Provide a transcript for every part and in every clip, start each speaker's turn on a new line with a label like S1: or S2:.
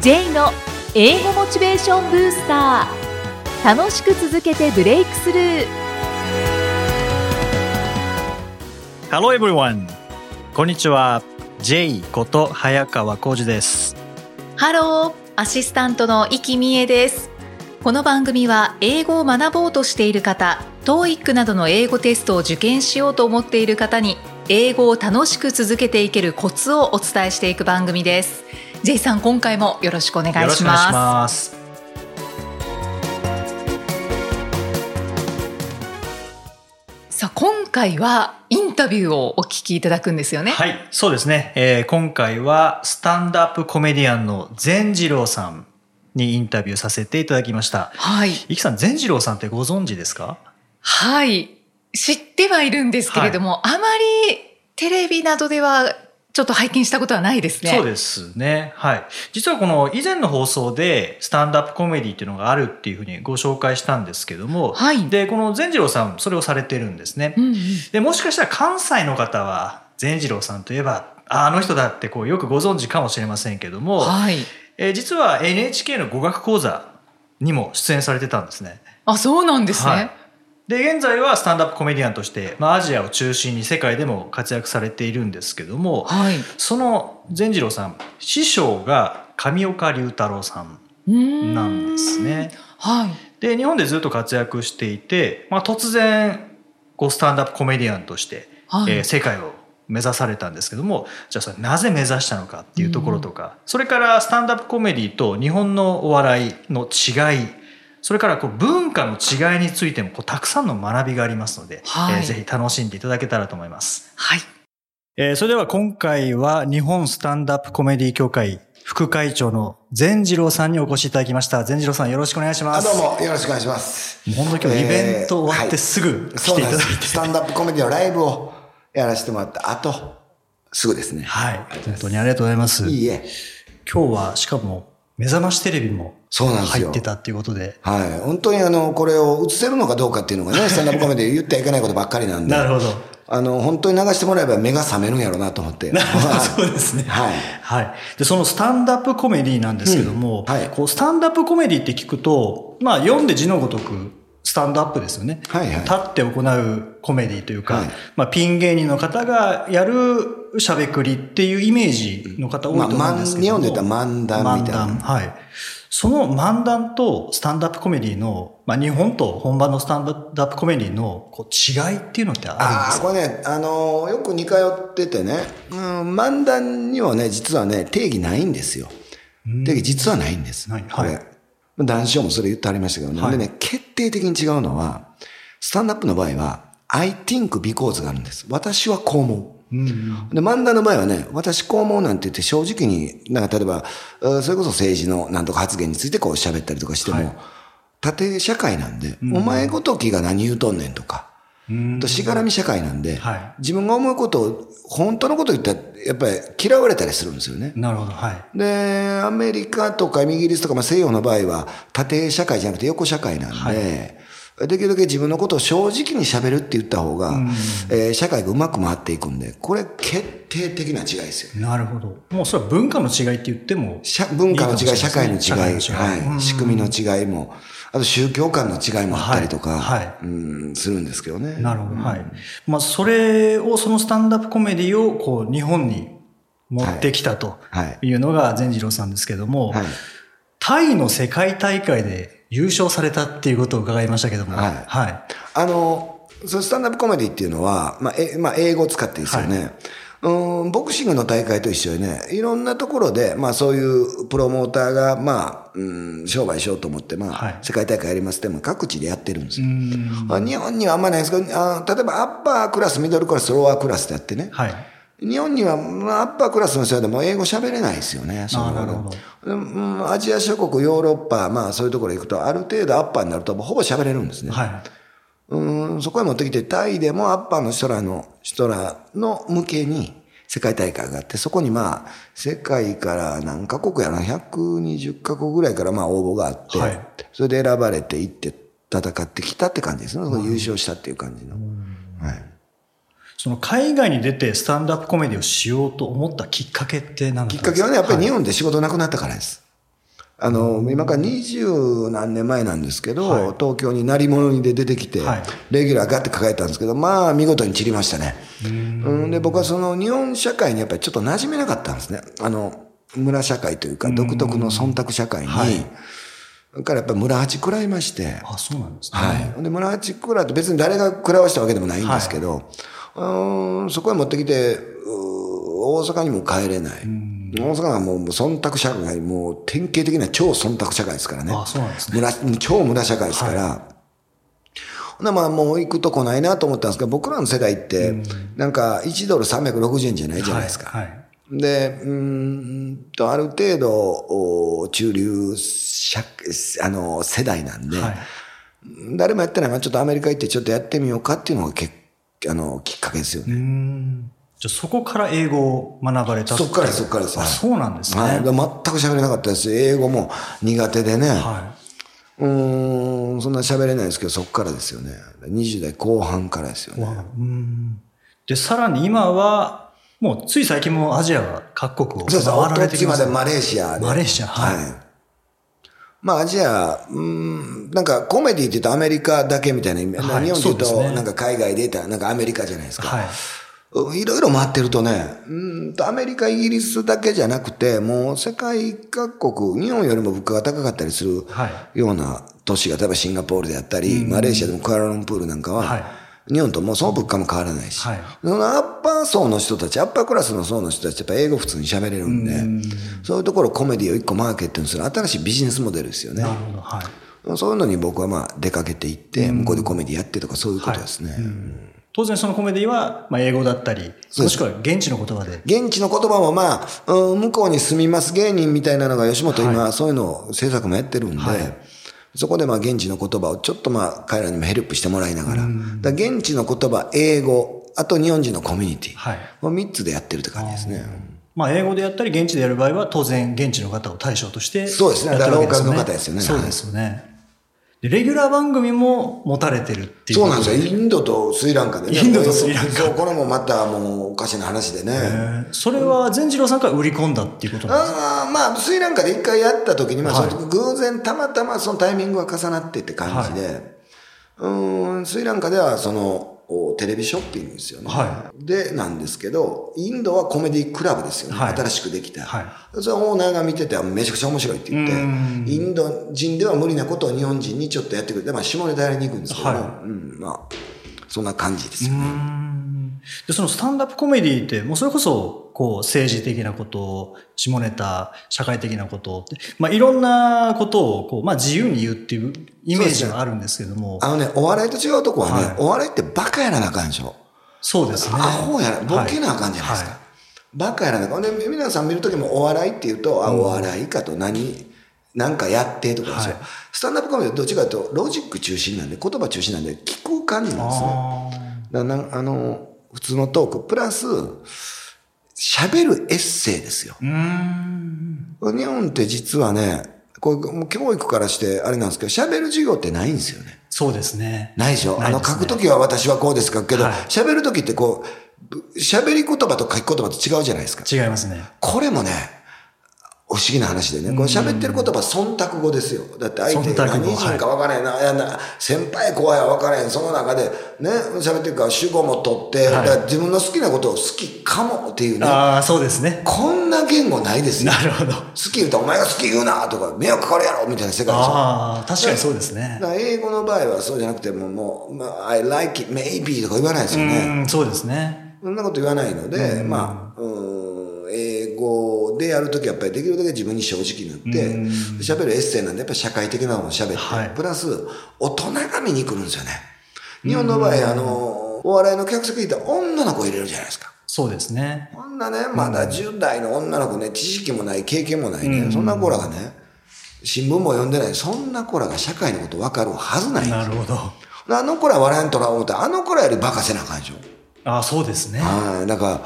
S1: J の英語モチベーションブースター楽しく続けてブレイクスルー
S2: Hello everyone! こんにちは。J こと早川浩二です。
S1: ハローアシスタントの生きみえですこの番組は英語を学ぼうとしている方 TOEIC などの英語テストを受験しようと思っている方に英語を楽しく続けていけるコツをお伝えしていく番組です J さん今回もよろしくお願い
S2: よろし
S1: し
S2: くお願い
S1: ま
S2: します。
S1: すさあ今回はインタビューをお聞きいただくんですよね
S2: はい、そうですね。えー今回はスタンドアップコメディアンの善次郎さんにインタビューさせていただきました。
S1: はい
S2: いきさん、善次郎さんってご存知ですか
S1: はい。知ってはいるんですけれども、あまりテレビなどではちょっと拝見したことはないですね。
S2: そうですね。はい。実はこの以前の放送でスタンドアップコメディっていうのがあるっていうふうにご紹介したんですけども、
S1: はい
S2: で、この善次郎さん、それをされてるんですね
S1: う。んうん
S2: で、もしかしたら関西の方は善次郎さんといえば、ああの人だってこうよくご存知かもしれませんけども、
S1: はい。
S2: えー実は NHK の語学講座にも出演されてたんですね。
S1: あ、そうなんですね。
S2: はいで現在はスタンダップコメディアンとして、まあ、アジアを中心に世界でも活躍されているんですけども、
S1: はい。
S2: その善次郎さん師匠が上岡龍太郎さん
S1: うーん
S2: なんですね。
S1: はい。
S2: で日本でずっと活躍していて、まあ、突然こうスタンダップコメディアンとして、
S1: はい。
S2: えー世界を目指されたんですけどもじゃあそれなぜ目指したのかっていうところとか、それからスタンダップコメディと日本のお笑いの違いそれからこう文化の違いについてもこうたくさんの学びがありますので、
S1: はい
S2: えーぜひ楽しんでいただけたらと思います。
S1: はい。
S2: えーそれでは今回は日本スタンダップコメディ協会副会長の善次郎さんにお越しいただきました。善次郎さんよろしくお願いしま
S3: あ
S2: す。
S3: どうもよろしくお願いします。
S2: もう本当今日イベント終わって
S3: えーはい
S2: すぐ来
S3: そう
S2: てい
S3: な
S2: た
S3: ん
S2: だ
S3: で
S2: いて。
S3: す。スタンダップコメディのライブをやらせてもらった後、すぐですね。
S2: はい。本当にありがとうございます。
S3: いいえ。
S2: 今日はしかも目覚ましテレビも
S3: そうなんです
S2: 入
S3: よ。
S2: ってたっていうことで。
S3: はい。本当にあの、これを映せるのかどうかっていう のがね、スタンダップコメディ言ってはいけないことばっかりなんで。
S2: なるほど。
S3: あの、本当に流してもらえば目が覚めるんやろうなと思って。
S2: そうですね。
S3: はい
S2: はい。で、そのスタンダップコメディなんですけども、
S3: うんはい
S2: こうスタンダップコメディって聞くと、まあ読んで字のごとくスタンドアップですよね。
S3: はいはい
S2: 立って行うコメディというか、
S3: はい
S2: まあピン芸人の方がやる喋りっていうイメージの方多いと思うんですけども、
S3: まあ漫日本で言ったら漫談みたいな
S2: 漫談はい。その漫談とスタンダップコメディの、まあ日本と本場のスタンダップコメディのこう違いっていうのってあるんですか
S3: ああ、これね、あの、よく似通っててね、うん、漫談にはね、実はね、定義ないんですよ。定義実はないんです。
S2: ない
S3: こ
S2: は
S3: れ
S2: い。
S3: 談笑もそれ言ってありましたけどね。
S2: はい
S3: でね、決定的に違うのは、スタンダップの場合は、I think because があるんです。私はこう思う。で、漫談の場合はね、私こう思うなんて言って正直に、なんか例えば、うんそれこそ政治のなんとか発言についてこう喋ったりとかしても、縦社会なんで、お前ごときが何言うとんねんとか、としがらみ社会なんで、
S2: はい
S3: 自分が思うことを、本当のこと言ったら、やっぱり嫌われたりするんですよね。
S2: なるほど、はい。
S3: で、アメリカとかイギリスとか、まあ、西洋の場合は、縦社会じゃなくて横社会なんで、できるだけ自分のことを正直に喋るって言った方が、えー社会がうまく回っていくんで、これ決定的な違いですよね。
S2: なるほど。もうそれは文化の違いって言っても。
S3: 社文化の違い、
S2: いいか
S3: 社
S2: もしれ
S3: 会
S2: な
S3: の
S2: い
S3: 違
S2: で
S3: い、
S2: すね社会の違い
S3: はい、仕組みの違いも、あと宗教観の違いもあったりとか、
S2: はいはい
S3: うん、するんですけどね。
S2: なるほど。はい。まあ、それを、そのスタンダップコメディを、こう、日本に持ってきたと
S3: はい
S2: いうのが善次郎さんですけども、
S3: はい
S2: タイの世界大会で優勝されたっていうことを伺いましたけども、
S3: はい
S2: は
S3: あの、そのスタンダップコメディっていうのは、まあ、えまあ、英語を使ってですよね。うん、ボクシングの大会と一緒にね、いろんなところで、まあそういうプロモーターが、まあ、うん、商売しようと思って、まあ、
S2: はい
S3: 世界大会やりますって、まあ各地でやってるんですよ。あ日本にはあんまないんですけど、あ例えばアッパークラス、ミドルクラス、ローアークラスってやってね、
S2: い。はい。
S3: 日本には、まあ、アッパークラスの人でも英語喋れないですよね、その
S2: なるほど
S3: でうんアジア諸国、ヨーロッパ、まあそういうところ行くと、ある程度アッパーになると、ほぼ喋れるんですね。
S2: は
S3: うん、そこへ持ってきて、タイでもアッパーの人らの、人らの向けに世界大会があって、そこにまあ、世界から何カ国やな、120カ国ぐらいからまあ応募があって、
S2: はい
S3: それで選ばれていって戦ってきたって感じですね。そこで優勝したっていう感じの。はい。
S2: い。その、海外に出てスタンダップコメディをしようと思ったきっかけって何だっ
S3: きったか
S2: んですか
S3: けはね、やっぱり日本で仕事なくなったからです。あの、今から二十何年前なんですけど、
S2: はい
S3: 東京に鳴り物入りで出てきて、
S2: はい
S3: レギュラーガって抱えたんですけど、まあ見事に散りましたね。うんで、僕はその日本社会にやっぱりちょっと馴染めなかったんですね。あの、村社会というか、独特の忖度社会に、だからやっぱり村八食らいまして、
S2: あ、そうなんですね。
S3: はい。で、村八クラって別に誰が食らわしたわけでもないんですけど、うーんそこへ持ってきて、うー大阪にも帰れない。大阪はもうもう忖度社会、もう典型的な超忖度社会ですからね。
S2: あ、そうなんですね。
S3: 村超村社会ですから、ほなまあもう行くとこないなと思ったんですけど、僕らの世代って、なんか1ドル360円じゃないじゃないですか。
S2: はい。はい
S3: で、うーんと、ある程度、お中流社、あの、世代なんで、
S2: はい
S3: 誰もやってない、まあ、ちょっとアメリカ行ってちょっとやってみようかっていうのがけあのきっかけですよ
S2: う
S3: ね。
S2: ーん。じゃあそこから英語を学ばれた
S3: そっからですそっからです
S2: あ、そうなんですね。
S3: は、
S2: はい
S3: 全く喋れなかったですし、英語も苦手でね、
S2: い。
S3: うーん、そんな喋れないですけど、そっからですよね。20代後半からですよね。
S2: わうーん。で、さらに今は、もうつい最近もアジア各国を
S3: そ
S2: 回
S3: うそう、お
S2: られ
S3: と
S2: て
S3: つ
S2: きま
S3: ますで
S2: ね
S3: マレーシアで。
S2: マレーシアはい
S3: まあ、アジア、うーん、なんかコメディって言うとアメリカだけみたいなイメージ、
S2: はい
S3: 日本で言う
S2: そうで
S3: と
S2: すね
S3: なんか海外でたなんかアメリカじゃないですか。
S2: はい。
S3: うんいろいろ回ってるとね、うんとアメリカ、イギリスだけじゃなくて、もう世界各国、日本よりも物価が高かったりする
S2: は
S3: ような都市が、例えばシンガポールであったり、マレーシアでもクアラルンプールなんかは、
S2: はい
S3: 日本ともうその物価も変わらないし、
S2: はい
S3: そのアッパー層の人たち、アッパークラスの層の人たち、やっぱ英語普通に喋れるんで、そういうところをコメディを一個マーケットにする新しいビジネスモデルですよね
S2: な。るほど。はい。
S3: そういうのに僕はまあ出かけていって、向こうでコメディやってとかそういうことですね。
S2: 当然そのコメディは、まあ、英語だったり、
S3: そうです
S2: もしくは現地の言葉で。
S3: 現地の言葉もまあ、うん向こうに住みます芸人みたいなのが吉本今、そういうのを制作もやってるんで、そこでまあ現地の言葉をちょっとまあ彼らにもヘルプしてもらいながら、だから現地の言葉、英語、あと日本人のコミュニティ、
S2: はい。
S3: この3つでやってるって感じですね。
S2: まあ、英語でやったり、現地でやる場合は、当然、現地の方を対象として、
S3: そうですね
S2: やってるわけよ
S3: だからローカルの方ですよね
S2: そうですよね。で、レギュラー番組も持たれてるっていう。
S3: そうなんですよ。。インドとスリランカでね。
S2: インドとスリランカ
S3: そう、これもまたもうおかしな話でね。
S2: それは善次郎さんから売り込んだっていうことなんですか
S3: あーまあ、スリランカで一回やった時に、まあ、
S2: はい
S3: その偶然たまたまそのタイミングが重なってって感じで、うーん、スリランカではその、おテレビショッピングですよね、
S2: は
S3: で、なんですけど、インドはコメディクラブですよね。
S2: はい
S3: 新しくできた。
S2: はい
S3: それオーナーが見てて、めちゃくちゃ面白いって言
S2: う
S3: っ
S2: ん
S3: て、インド人では無理なことを日本人にちょっとやってくれて、まあ、下ネタやりに行くんですけども、
S2: は
S3: うん、まあ、そんな感じですよ
S2: うーんで、そのスタンダップコメディって、もうそれこそ、こう、政治的なこと、下ネタ、社会的なことって、まあ、いろんなことを、こう、まあ、自由に言うっていうイメージがあるんですけども、
S3: あのね、お笑いと違うとこはね、
S2: はい
S3: お笑いってバカやらなあかんでしょ。
S2: そうですね。
S3: アホやら、ボケなあかんじゃないですか。
S2: は
S3: バカやらなあかん。で、皆さん見るときもお笑いっていうと、あ、お笑いかと何、なんかやってとかですよ。
S2: はい
S3: スタンダップコメディはどっちかというと、ロジック中心なんで、言葉中心なんで、聞く感じなんですね。
S2: あ
S3: だなあの、普通のトーク、プラス、喋るエッセイですよ。
S2: ーうーん。
S3: 日本って実はね、これもう教育からしてあれなんですけど、喋る授業ってないんですよね。
S2: そうですね。
S3: ないでしょ
S2: な
S3: あ
S2: いで
S3: の、
S2: すね
S3: 書くときは私はこうです書くけど
S2: はい、
S3: 喋、るときってこう、ぶ喋り言葉と書き言葉と違うじゃないですか。
S2: 違いますね。
S3: これもね、不思議な話でね、この喋ってる言葉、忖度語ですよ。だって相手が
S2: 忖度語
S3: 何人か分からへんな、いやな、先輩後輩は分からへん、その中で、ね、喋ってるから主語も取って、
S2: はい
S3: だから自分の好きなことを好きかもっていうね、
S2: ああ、そうですね。
S3: こんな言語ないですよ
S2: な。るほど。
S3: 好き言うたらお前が好き言うなとか、迷惑かかるやろみたいな世界でしょ。
S2: ああ、確かにそうですね
S3: だ。から英語の場合はそうじゃなくてもう、もう、まあ、I like it, maybe とか言わないです
S2: う
S3: よね。
S2: ーん、そうですね。
S3: そんなこと言わないので、まあ、うん、英語でやるときはやっぱりできるだけ自分に正直になって
S2: うん、
S3: 喋るエッセイなんでやっぱ社会的なものを喋って、
S2: はい
S3: プラス大人が見に来るんですよね。日本の場合、あの、お笑いの客席にいたら女の子入れるじゃないですか。
S2: そうですね。
S3: こんなね、まだ10代の女の子ね、知識もない、経験もないね、そんな子らがね、新聞も読んでない、そんな子らが社会のこと分かるはずないんですよ
S2: なるほど。
S3: あの子ら笑えんとな思ったら、あの子らよりバカせなあかんでしょ。
S2: ああ、そうですね。
S3: はい。だから、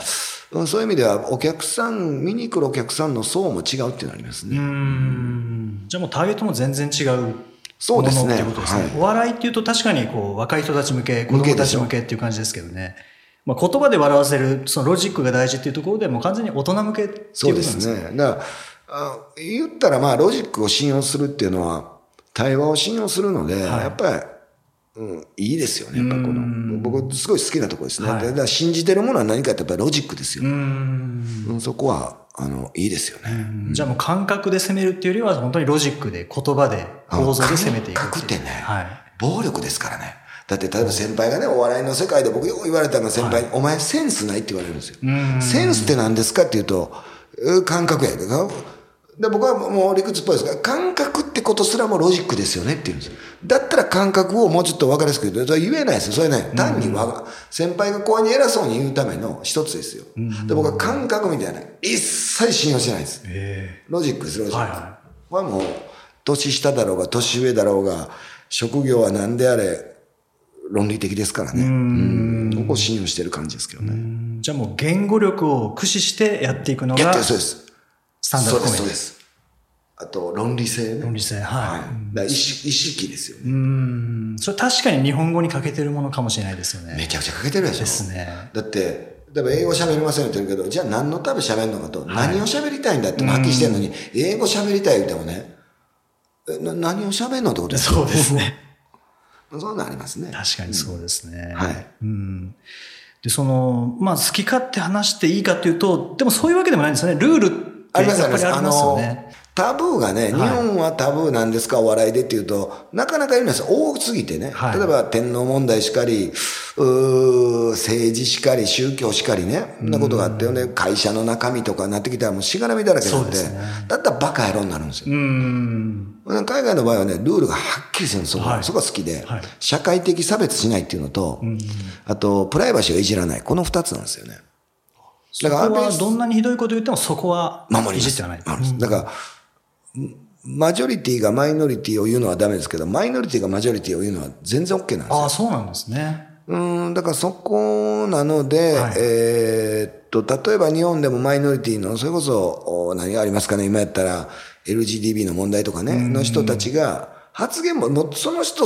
S3: うんそういう意味では、お客さん、見に来るお客さんの層も違うっていうのあります
S2: うー
S3: ね。
S2: ん。じゃあもうターゲットも全然違う。
S3: そうですね
S2: ってことですね。
S3: はい
S2: お笑いっていうと確かにこう若い人たち向け、子
S3: 向け
S2: 供
S3: で
S2: た
S3: し
S2: ち
S3: ょ
S2: 向けっていう感じですけどね。まあ、言葉で笑わせる、そのロジックが大事っていうところでもう完全に大人向けっていうこ
S3: そ
S2: とな
S3: う
S2: ん
S3: で
S2: です
S3: す
S2: ね。
S3: ね。だから、あ言ったらまあロジックを信用するっていうのは対話を信用するので、
S2: はい
S3: やっぱり、うん、いいですよね。やっぱこ
S2: う
S3: の
S2: ん
S3: 僕すごい好きなところですね。
S2: はい
S3: だから信じてるものは何かってやっぱりロジックですよ
S2: う。ん
S3: うんそこはあのいいですよね。
S2: じゃあもう感覚で攻めるっていうよりは本当にロジックで言葉で構造で攻めていく
S3: 感覚ってね
S2: はい、
S3: 暴力ですからね。だって例えば先輩がね、お笑いの世界で僕よく言われたのが先輩に、お前センスないって言われるんですよ。
S2: うん
S3: センスって何ですかっていうと、うー感覚やけど、で僕はもう理屈っぽいですが、感覚ってことすらもロジックですよねって言うんですよ。だったら感覚をもうちょっと分かりやすく言うと、それ言えないですよ。それね、単にわが、先輩がこうに偉そうに言うための一つですよ。で僕は感覚みたいな、一切信用してないです。
S2: え
S3: ロジックです、ロジ
S2: え
S3: ック。
S2: はいは
S3: はもう、年下だろうが、年上だろうが、職業は何であれ、論理的ですからね。うん。そこを信用してる感じですけど
S2: い、う
S3: ね。
S2: んじゃあもう言語力を駆使してやっていくの
S3: やっ
S2: が
S3: てるそうです。
S2: スタンダードコメディ
S3: そうです、そうです。あと、論理性ね。
S2: 論理性
S3: はい。
S2: は
S3: だ
S2: い、
S3: から意識、意識ですよね。
S2: うんそれ確かに日本語に欠けてるものかもしれないですよね
S3: めちゃくちゃかけてるでしょ。
S2: ですね
S3: だって、例えば英語喋りませんって言ってるけど、じゃあ何のため喋るのかと、何を喋りたいんだってはっきりしてるのに、英語喋りたい言ってもね、えな何を喋るのってことですよ
S2: そうですね
S3: そういうのありますね。
S2: 確かにそうですね。
S3: はい
S2: うん。で、その、まあ、好き勝手話していいかというと、でもそういうわけでもないんですよね。ルールって
S3: あり
S2: や
S3: ま
S2: っ
S3: す
S2: ぱ
S3: ありま
S2: り
S3: す。
S2: あ
S3: あ
S2: りますよ
S3: の
S2: ね。、
S3: タブーがね、日本はタブーなんですか、お笑いでっていうと、なかなか言うんです多すぎてね、
S2: はい
S3: 例えば天皇問題しかり、うー政治しかり、宗教しかりね、そんなことがあってよね、会社の中身とかなってきたらもうしがらみだらけなん
S2: そう
S3: で、
S2: ですね
S3: だったらバカ野郎になるんですよ。
S2: うん。
S3: 海外の場合はね、ルールがはっきりしてるんですよ。
S2: はい
S3: そこが好きで、
S2: はい
S3: 社会的差別しないっていうのと、
S2: うん
S3: あと、プライバシーをいじらない。この二つなんですよね。
S2: だから、
S3: 安倍
S2: はどんなにひどいこと言ってもそこは
S3: 守ります
S2: いじってはない。
S3: 守りますだから、マジョリティがマイノリティを言うのはダメですけど、マイノリティがマジョリティを言うのは全然 OK なんです
S2: あ
S3: よ。
S2: あ、そうなんですね。
S3: うん、だからそこなので、
S2: はい
S3: えーっと、例えば日本でもマイノリティの、それこそ、お何がありますかね、今やったら、LGDB の問題とかね、の人たちが、発言も、もうその人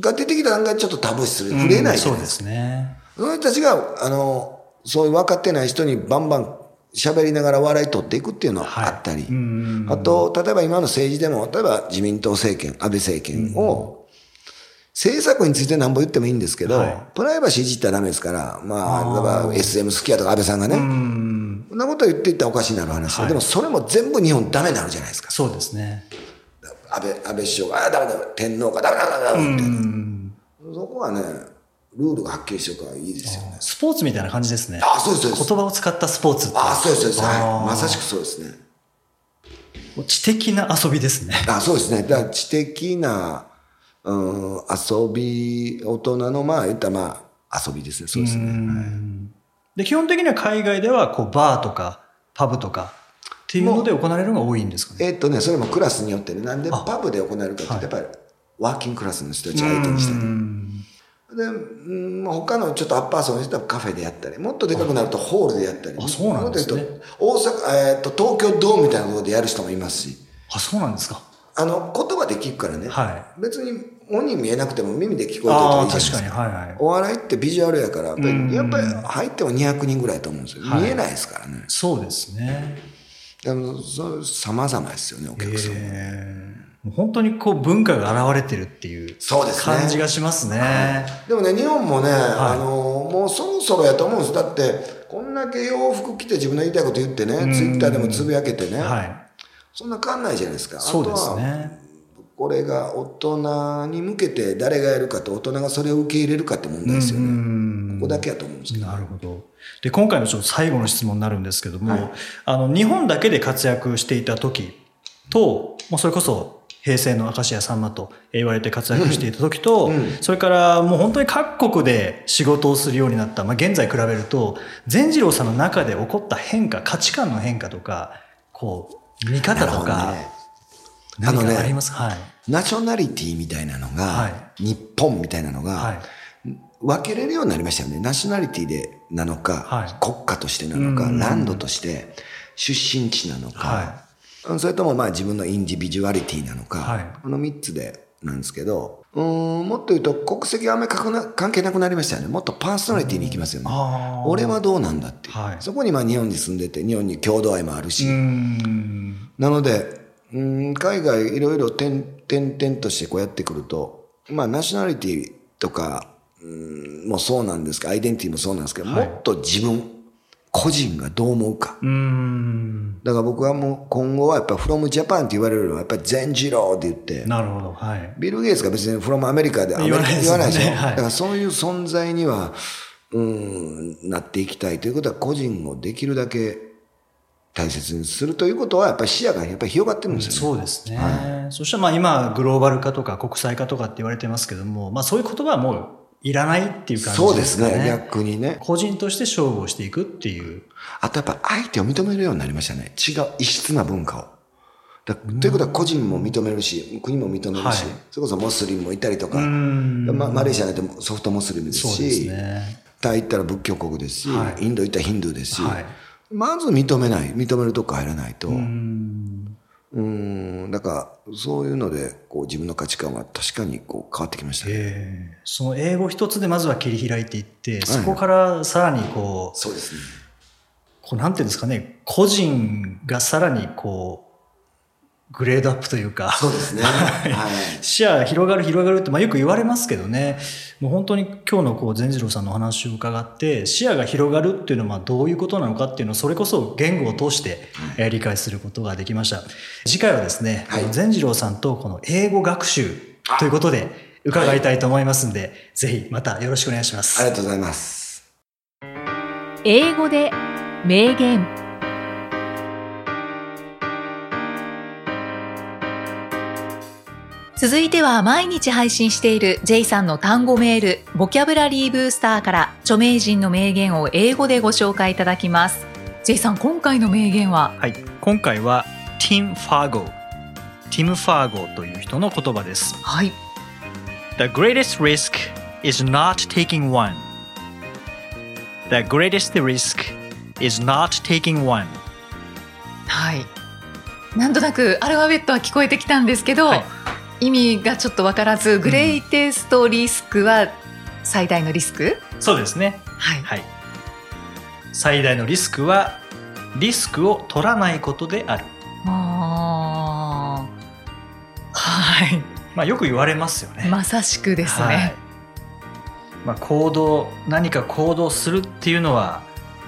S3: が出てきた段階でちょっとタブー視する。触れないじ
S2: そ
S3: ゃ
S2: う
S3: ない
S2: で
S3: です
S2: す
S3: か。
S2: ね。
S3: その人たちが、あの、そういう分かってない人にバンバン喋りながら笑い取っていくっていうのはあったり、
S2: うん
S3: あと、例えば今の政治でも、例えば自民党政権、安倍政権を、政策について何ぼ言ってもいいんですけど、
S2: はい
S3: プライバシーいじったらダメですから、ま
S2: あ
S3: あ、
S2: ー
S3: 例えば SM 好きやとか安倍さんがね、
S2: うん。
S3: こんなこと言っていったらおかしいなる話で、
S2: はい
S3: でもそれも全部日本ダメになるじゃないですか。
S2: そうですね。
S3: 安倍、安倍首相が、ああ、ダメダメ、天皇がダメダメダメダメって、
S2: うん
S3: そこはね、ルールがはっきりしてるからいいですよね。
S2: スポーツみたいな感じですね。
S3: ああ、そうです、そう
S2: 言
S3: です。
S2: 葉を使ったスポーツって。
S3: ああ、そうです、そうです。は
S2: あ
S3: い。
S2: ー
S3: まさしくそうですね。
S2: 知的な遊びですね。
S3: あそうですね。だから知的な、うん、遊び、大人の、まあ、言ったらまあ、遊びですね。そうですね。はい
S2: で、基本的には海外では、こう、バーとか、パブとか、っていうので行われるのが多いんですかね。
S3: えっとね、それもクラスによってね、なんで
S2: あ
S3: パブで行えるかって、
S2: はい
S3: やっぱり、ワーキングクラスの人たちを相手にしたり。で、うん、まあ他のちょっとアッパー層の人はカフェでやったり、もっとでかくなるとホールでやったり。
S2: あそうなんですね
S3: もっと言うと大阪、えっ、と、東京ドームみたいなところでやる人もいますし、
S2: あ、そうなんですか。
S3: あの、言葉で聞くからね、
S2: は
S3: 別に、音に見えなくても耳で
S2: い。
S3: 聞こえてると
S2: あ
S3: い
S2: あ、
S3: いじゃない
S2: 確
S3: ですか
S2: か。に、はいはい。
S3: お笑いってビジュアルやから、やっぱ
S2: うん
S3: りやっぱり入っても200人ぐらいと思うんですよ。
S2: はい
S3: 見えないですからね。
S2: そうですね。
S3: でも、そう、様々ですよね、お客さん。
S2: えー、もう本当にこう、文化が現れてるっていう
S3: そうですね。
S2: 感じがしますね。
S3: でもね、日本もね、
S2: い
S3: あの、もうそろそろやと思うんです。だって、こんだけ洋服着て自分の言いたいこと言って
S2: うん
S3: ね、ツイッターでもつぶやけてね、
S2: は
S3: そんなかんないじゃないですか。
S2: い。そうです
S3: あとは、
S2: ね。
S3: これが大人に向けて誰がやるかと、大人がそれを受け入れるかって問題ですよ
S2: う
S3: ね。
S2: ん
S3: ここだけやと思うんですけど。
S2: なるほど。で、今回のちょっと最後の質問になるんですけども、
S3: はい
S2: あの、日本だけで活躍していた時と、もうそれこそ、平成の明石家さんまと言われて活躍していた時と、
S3: うん
S2: それからもう本当に各国で仕事をするようになった、まあ、現在比べると、善次郎さんの中で起こった変化、価値観の変化とか、こう、見方と
S3: なるほ
S2: か
S3: どね、
S2: 何
S3: あの
S2: か
S3: ね
S2: あります、はい。
S3: ナショナリティみたいなのが、
S2: は
S3: 日本みたいなのが、
S2: はい。
S3: 分けれるようになりましたよね。ナショナリティでなのか、
S2: はい
S3: 国家としてなのか、
S2: うん
S3: ランドとして、出身地なのか、
S2: は
S3: それともまあ自分のインディビジュアリティなのか、
S2: はい
S3: この3つでなんですけど、うーん、もっと言うと国籍はあんまりかくな関係なくなりましたよね。もっとパーソナリティに行きますよね。
S2: あー
S3: 俺はどうなんだっていう。
S2: はい
S3: そこにまあ日本に住んでて、日本に郷土愛もあるし、
S2: うん
S3: なので、うん、海外いろいろ点点々としてこうやってくると、まあナショナリティとか、うん、もそうなんですけど、アイデンティティもそうなんですけど、
S2: はい
S3: もっと自分、個人がどう思うか。
S2: うん
S3: だから僕はもう今後はやっぱ from Japan って言われるのはやっぱり全次郎って言って、
S2: なるほどはい
S3: ビル・ゲイツが別に from アメリカでアメリ
S2: 言わ
S3: カ
S2: ないですね
S3: 言わないでしょ。
S2: はい
S3: だからそういう存在には、うん、なっていきたいということは個人をできるだけ大切にするということはやっぱり視野がやっぱり広がってるんですよね。
S2: そうですね、そしてまあ今グローバル化とか国際化とかって言われてますけども、まあ、そういう言葉はもういらないっていう感
S3: そう
S2: じ
S3: で
S2: ですすかね
S3: ね、逆にね。
S2: 個人として勝負をしていくっていう
S3: あとやっぱ相手を認めるようになりましたね。違う異質な文化を。だということは個人も認めるし、国も認めるし、
S2: はい
S3: それこそモスリムもいたりとか、
S2: うん
S3: ま、マレーシアなんてソフトモスリムです
S2: そうです
S3: し、
S2: ね
S3: タイ行ったら仏教国ですし、
S2: はい
S3: インド行ったらヒンドゥーですし、
S2: はい
S3: まず認めない、認めるとこ入らないと、う、
S2: うんん
S3: だからそういうのでこう自分の価値観は確かにこう変わってきましたね。
S2: ええその英語一つでまずは切り開いていってそこからさらにこう,、
S3: そうですね。
S2: こうなんていうんですかね個人がさらにこうグレードアップというか
S3: そうです ね。はい。
S2: 視野が広がる広がるって、まあ、よく言われますけどねもう本当に今日のこう善次郎さんのお話を伺って視野が広がるっていうのはまあどういうことなのかっていうのをそれこそ言語を通してえー理解することができました次回はですね
S3: はい
S2: この善次郎さんとこの英語学習ということで伺いたいと思いますんで、ぜひまたよろしくお願いします。
S3: ありがとうございます。
S1: 英語で名言続いては毎日配信している J さんの単語メールボキャブラリーブースターから著名人の名言を英語でご紹介いただきます J さん今回の名言は
S2: はい、今回はティム・ファーゴティム・ファーゴという人の言葉です。
S1: はい
S2: The greatest risk is not taking one. The greatest risk is not taking one.
S1: はいなんとなくアルファベットは聞こえてきたんですけど、
S2: はい
S1: 意味がちょっとわからずグレイテストリスクは最大のリスク、
S2: そうですね。
S1: はい
S2: はい。最大のリスクはリスクを取らないことである。
S1: あーは
S2: まあよく言われますよね。
S1: い、まさしくです
S2: はい
S1: ね。
S2: まあ行動何か行動するっていうのは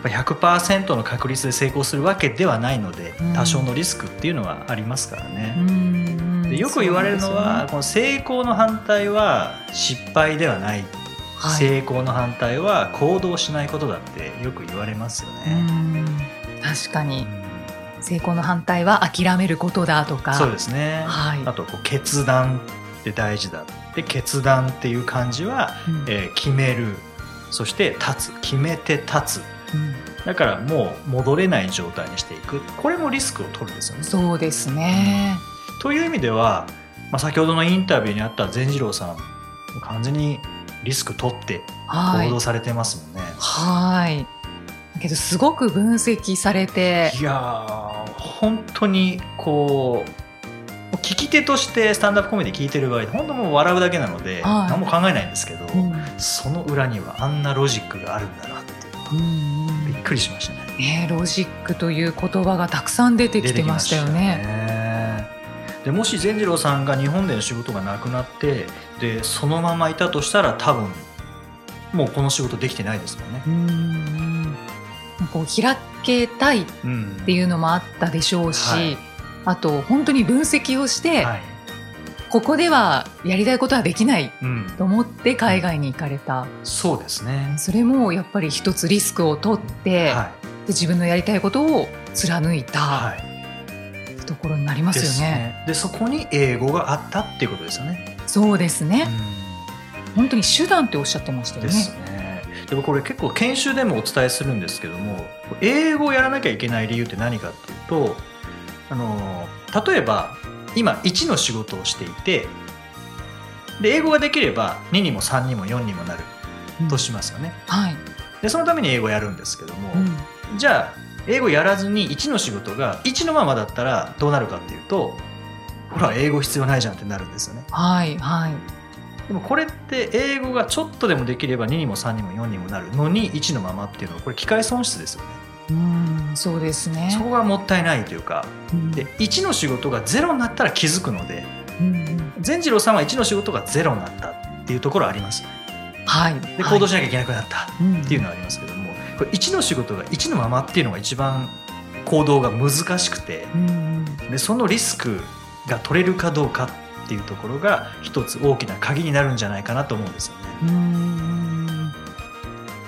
S2: やっぱ100%の確率で成功するわけではないので
S1: うん
S2: 多少のリスクっていうのはありますからね。
S1: うーん
S2: でよく言われるのは、この成功の反対は失敗ではない、
S1: そうなんですよね
S2: 成功の反対は行動しないことだってよく言われますよ
S1: はい、うー
S2: ね。
S1: ん確かに
S2: うん
S1: 成功の反対は諦めることだとか、
S2: そうですね、
S1: はい
S2: あとこう決断って大事だで決断っていう漢字は、
S1: うん
S2: えー決めるそして立つ決めて立つ
S1: うん
S2: だからもう戻れない状態にしていくこれもリスクを取るんですよね。
S1: そうですね。
S2: という意味では、まあ、先ほどのインタビューにあった善次郎さん完全にリスク取って
S1: は
S2: 行
S1: い
S2: 動されてますもんね。
S1: はい。だけどすごく分析されて、
S2: い、やー本当にこう聞き手としてスタンダップコメディ聞いてる場合本当もう笑うだけなので、
S1: はい
S2: 何も考えないんですけど、
S1: うん
S2: その裏にはあんなロジックがあるんだなっていうのは
S1: うんうん
S2: びっくりしましたね。
S1: ねロジックという言葉がたくさん出てきてましたよね。
S2: ねでもし善次郎さんが日本での仕事がなくなってでそのままいたとしたら多分もうこの仕事できてないですもんね。
S1: うんうんこう開けたい
S2: うん、
S1: って
S2: う、
S1: いうのもあったでしょうし、
S2: はい
S1: あと本当に分析をして、
S2: はい
S1: ここではやりたいことはできない
S2: うん、
S1: と思って海外に行かれた
S2: そうですね。
S1: それもやっぱり一つリスクを取って、
S2: はい
S1: で自分のやりたいことを貫いた
S2: はい、
S1: ところになりますよね。
S2: でそこに英語があったっていうことですよね。
S1: そうですね、
S2: う
S1: 本当に手段っておっしゃってました
S2: ん
S1: よ
S2: で
S1: ね。
S2: すね。でもこれ結構研修でもお伝えするんですけども英語をやらなきゃいけない理由って何かっていうとあの例えば今1の仕事をしていてで英語ができれば2にも3にも4にもなる
S1: うん
S2: としますよね。
S1: はい、
S2: でそのために英語やるんですけども、
S1: うん
S2: じゃあ英語やらずに1の仕事が1のままだったらどうなるかっていうとほら英語必要ないじゃんってなるんですよね
S1: はいはい
S2: でもこれって英語がちょっとでもできれば2にも3にも4にもなるのに1のままっていうのはこれ機械損失ですよね
S1: うんそうですね
S2: そこがもったいないというか
S1: うん
S2: で1の仕事が0になったら気づくので
S1: うんうん
S2: 善次郎さんは1の仕事が0になったっていうところはあります
S1: はい
S2: で行動しなきゃいけなくなった
S1: っ
S2: っていうのはありますけどもこれ1の仕事が1のままっていうのが一番行動が難しくて
S1: うんうん
S2: でそのリスクが取れるかどうかっていうところが一つ大きな鍵になるんじゃないかなと思うんですよね。
S1: うんうん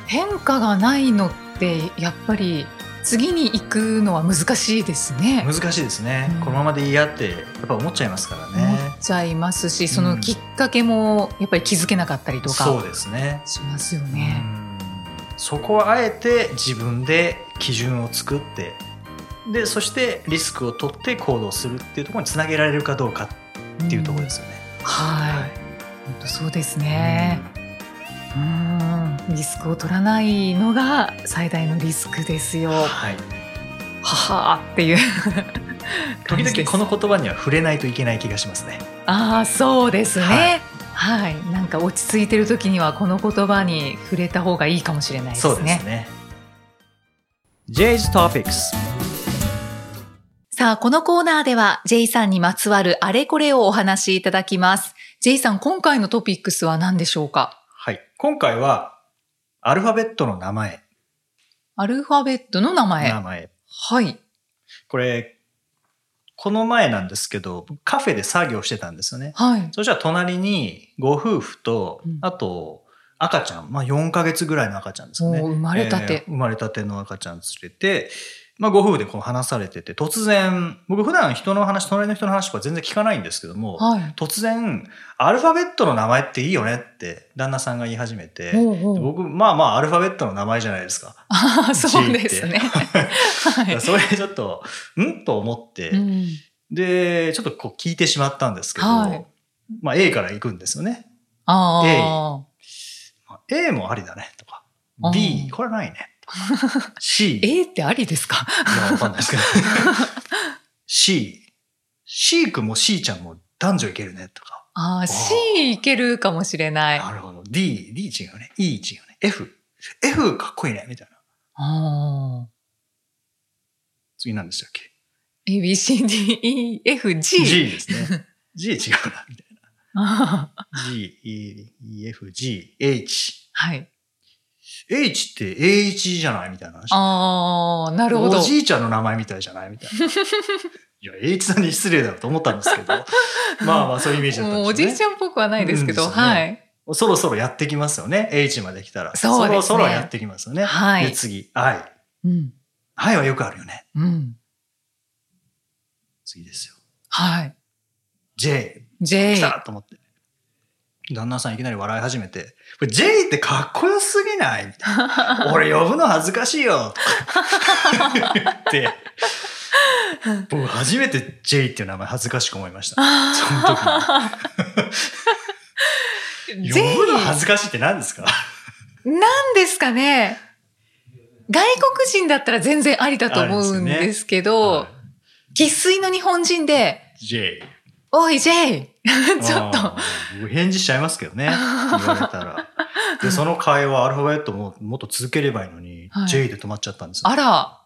S1: 変化がないのってやっぱり次に行くのは難しいですね。
S2: 難しいですね、
S1: うん
S2: このままでいいやってやっぱ思っちゃいますから
S1: 思
S2: ね。
S1: っちゃいますしそのきっかけもやっぱり気づけなかったりと
S2: そう
S1: か
S2: ですね
S1: しますよ
S2: う
S1: ね。。
S2: んそこはあえて自分で基準を作ってでそしてリスクを取って行動するっていうところにつなげられるかどうかっていうところですすよね。
S1: はい
S2: い
S1: 本当そうですね。うんリスクを取らないのが最大のリスクですよ。は
S2: はい、
S1: はーっていう
S2: 時
S1: 感じで
S2: 々
S1: す
S2: この言葉には触れないといけない気がしますね。
S1: ああそうですね。はい、なんか落ち着いてる時にはこの言葉に触れた方がいいかもしれないですね。
S2: ね。J's Topics
S1: さあ、このコーナーでは J さんにまつわるあれこれをお話しいただきます。J さん、今回のトピックスは何でしょうか
S2: はい。今回はアルファベットの名前。
S1: アルファベットの名前。
S2: 名前。
S1: はい。
S2: これ、この前なんですけど、カフェで作業してたんですよね。
S1: はい。
S2: そしたら隣にご夫婦と
S1: うん、
S2: あと赤ちゃん、まあ4ヶ月ぐらいの赤ちゃんです
S1: も
S2: よ
S1: う
S2: ね。
S1: 生まれたて
S2: え。ー生まれたての赤ちゃん連れて、まあ、ご夫婦でこう話されてて突然僕普段人の話隣の人の話とか全然聞かないんですけども、
S1: はい。
S2: 突然アルファベットの名前っていいよねって旦那さんが言い始めて、
S1: ほうほう
S2: 僕まあまあアルファベットの名前じゃないですか。
S1: ああ、そうですね。は
S2: だか
S1: い
S2: ら。それでちょっとんと思って、
S1: うん
S2: でちょっとこう聞いてしまったんですけど、
S1: はい
S2: まあ A から行くんですよね。
S1: あ
S2: まあ A もありだねとか
S1: あー
S2: B これないねと か C
S1: ー A ってありですか
S2: いや、わかんないですけど。C、C 君も C ちゃんも男女いけるねとか。
S1: ああ、C いけるかもしれない。あ
S2: なるほど。D、D 違うね。E 違うね。F、F かっこいいねみたいな。
S1: あ
S2: 次何でしたっけ
S1: A, B, C, D, E, F, G。
S2: ?G ですね。G 違うな、みたい
S1: あー
S2: な。G、E、E F、G、H。
S1: はい。
S2: H って H じゃないみたいな話。
S1: ああ、なるほど
S2: お。じいちゃんの名前みたいじゃないみたい な。いや、H さんに失礼だろうと思ったんですけど。まあまあ、そういうイメージだったんですよ
S1: もう
S2: ね。
S1: おじいちゃんっぽくはないですけ
S2: う
S1: ど、
S2: んですよね
S1: はい。
S2: そろそろやってきますよね。H まで来たら。
S1: そうですね
S2: そろそろやってきますよね。
S1: はい
S2: で、次、I。
S1: うん。
S2: I はよくあるよね。
S1: うん。
S2: 次ですよ。
S1: はい。
S2: J。
S1: J
S2: 来。たと思って。旦那さんいきなり笑い始めて、これ J ってかっこよすぎ ないみたいな。俺呼ぶの恥ずかしいよとか言って、僕初めて J っていう名前恥ずかしく思いました。 その時に。
S1: J
S2: 呼ぶの恥ずかしいって何ですか
S1: なんですかね。外国人だったら全然ありだと思うんですけど
S2: は、
S1: 生粋、の日本人で、
S2: い ?J。
S1: おい J! ちょっと。
S2: あー。僕返事しちゃいますけどね。言われた ら。で、その会話、アルファベットももっと続ければいいのに、
S1: はい
S2: J で止まっちゃったんですよ。
S1: あら、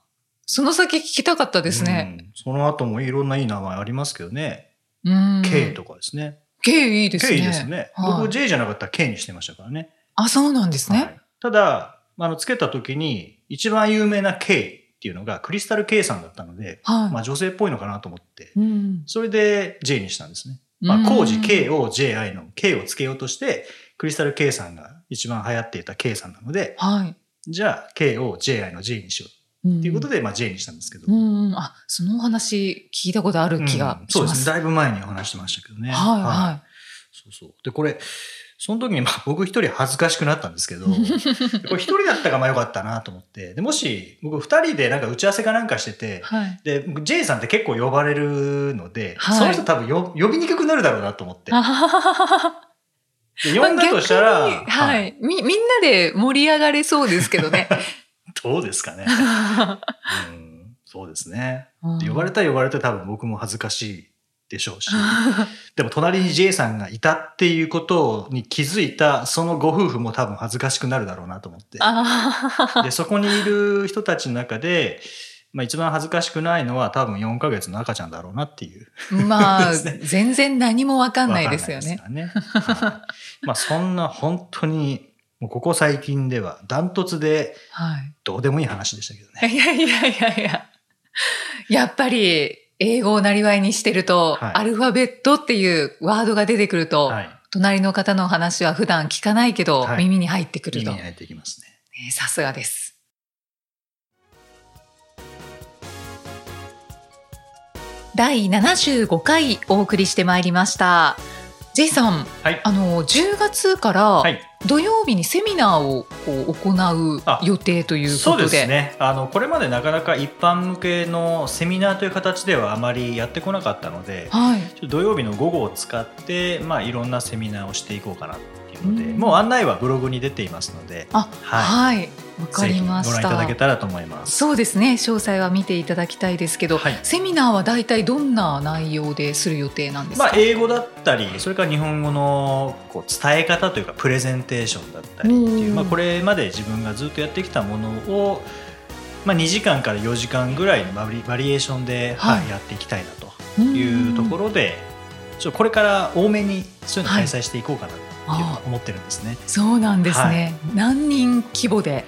S1: その先聞きたかったですね。
S2: うんその後もいろんないい名前ありますけどね。
S1: うん。
S2: K。とかですね。
S1: K いいですね。
S2: K いいですね。
S1: はい
S2: 僕 J じゃなかったら K にしてましたからね。
S1: あ、そうなんです
S2: は
S1: ね。
S2: いただ、あの、つけた時に、一番有名な K っていうのがクリスタル K さんだったので、
S1: はい。
S2: まあ女性っぽいのかなと思って、
S1: うん。
S2: それで J にしたんですね。まあ、工事 K を JI の K をつけようとして、クリスタル K さんが一番流行っていた K さんなので、
S1: はい。
S2: じゃあ K を JI の J にしよう
S1: っ
S2: っていうこと
S1: で。
S2: で、まあ J にしたんですけど。
S1: うんうん。あ、そのお話聞いたことある気が
S2: うん
S1: し
S2: そう
S1: ま
S2: です
S1: す。
S2: ね。だいぶ前にお話してましたけどね。
S1: はいはい。
S2: そうそう。で、これ、その時にまあ僕一人恥ずかしくなったんです けど、これ一人だったからまあよかったなと思って、でもし僕二人でなんか打ち合わせかなんかしてて、
S1: はい。
S2: で、僕 J さんって結構呼ばれるので、
S1: はい
S2: その人多分よ呼びにくくなるだろうなと思って。
S1: あはははは
S2: で呼んだとしたら、
S1: まあ逆にはい、み、みんなで盛り上がれそうですけど ね。
S2: どうですかね。うん、そうですね。で呼ばれ
S1: た。
S2: たら呼ばれたら多分僕も恥ずかしいでしょうし、でも隣に J さんがいたっていうことに気づいた、そのご夫婦も多分恥ずかしくなるだろうなと思って。
S1: あ
S2: で、そこにいる人たちの中で、まあ一番恥ずかしくないのは多分4ヶ月の赤ちゃんだろうなっていう。
S1: あ、まあ、全然何もわかんないですよね。
S2: わかんないですからね。はいまあそんな本当に、もうここ最近ではダントツで
S1: はい。
S2: どうでもいい話でしたけどね。
S1: いやいやいやいや。やっぱり、英語をなりわいにしてると、
S2: はい
S1: アルファベットっていうワードが出てくると、
S2: はい。
S1: 隣の方の話は普段聞かないけど、
S2: はい
S1: 耳に入ってくる
S2: 耳
S1: と。
S2: に
S1: ね
S2: 入ってきますね。
S1: さすがです。第75回お送りしてまいりました。ジェイさん、
S2: はい。
S1: あの10月から
S2: はい。
S1: 土曜日にセミナーをこう行う
S2: あ
S1: 予定というこ
S2: そう
S1: と
S2: です
S1: で、
S2: ねあのこれまでなかなか一般向けのセミナーという形ではあまりやってこなかったので
S1: はい。
S2: ちょっと土曜日の午後を使って、まあ、いろんなセミナーをしていこうかなっていうので、
S1: うん
S2: もう案内はブログに出ていますので、
S1: あ、
S2: は
S1: はい、わかりまし
S2: ぜひご覧いただ
S1: た
S2: け。たらと思います。
S1: そうですね、詳細は見ていただきたいですけど、
S2: はい
S1: セミナーは大体どんな内容でする予定なんですか。
S2: まあ、英語だったりそれから日本語のこう伝え方というかプレゼンテーションだったりっていう、
S1: うん
S2: まあ、これまで自分がずっとやってきたものを、まあ、2時間から4時間ぐらいのバリバリエーションで、はい
S1: はい
S2: やっていきたいなと
S1: と
S2: いうところで、ちょっとこれから多めにそういうのを開催していこうかなっていうのは思ってるんですね。
S1: そうなんですね。何人規模で。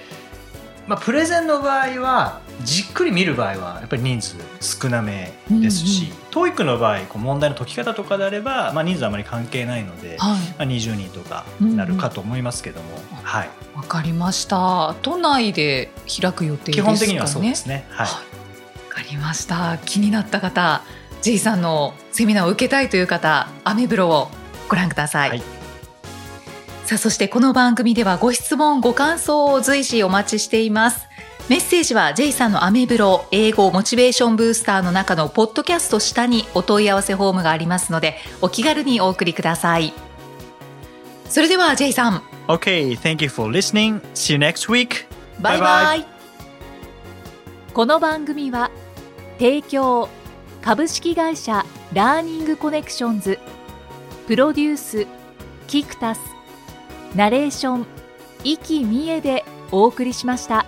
S2: まあ、プレゼンの場合はじっくり見る場合はやっぱり人数少なめですし、TOEIC の場合こう問題の解き方とかであれば、まあ、人数あまり関係ないの
S1: はい、
S2: で、まあ、20人とかなるかと思いますけども、はい、
S1: わかりました。都内で開く予定です
S2: 基
S1: かね。
S2: 本的にはそうですね。はい
S1: わかりました。気になった方、J さんのセミナーを受けたいという方、アメブロをご覧ください。
S2: はい
S1: さあ、そしてこの番組ではご質問、ご感想を随時お待ちしています。メッセージは J さんのアメブロ英語モチベーションブースターの中のポッドキャスト下にお問い合わせフォームがありますので、お気軽にお送りください。それでは J さん、
S2: Okay, thank you for listening. See you next week.
S1: バイ
S2: バ
S1: バ
S2: イ
S1: イこの番組は提供株式会社ラーニングコネクションズプロデュースキクタスナレーション生きみえでお送りしました。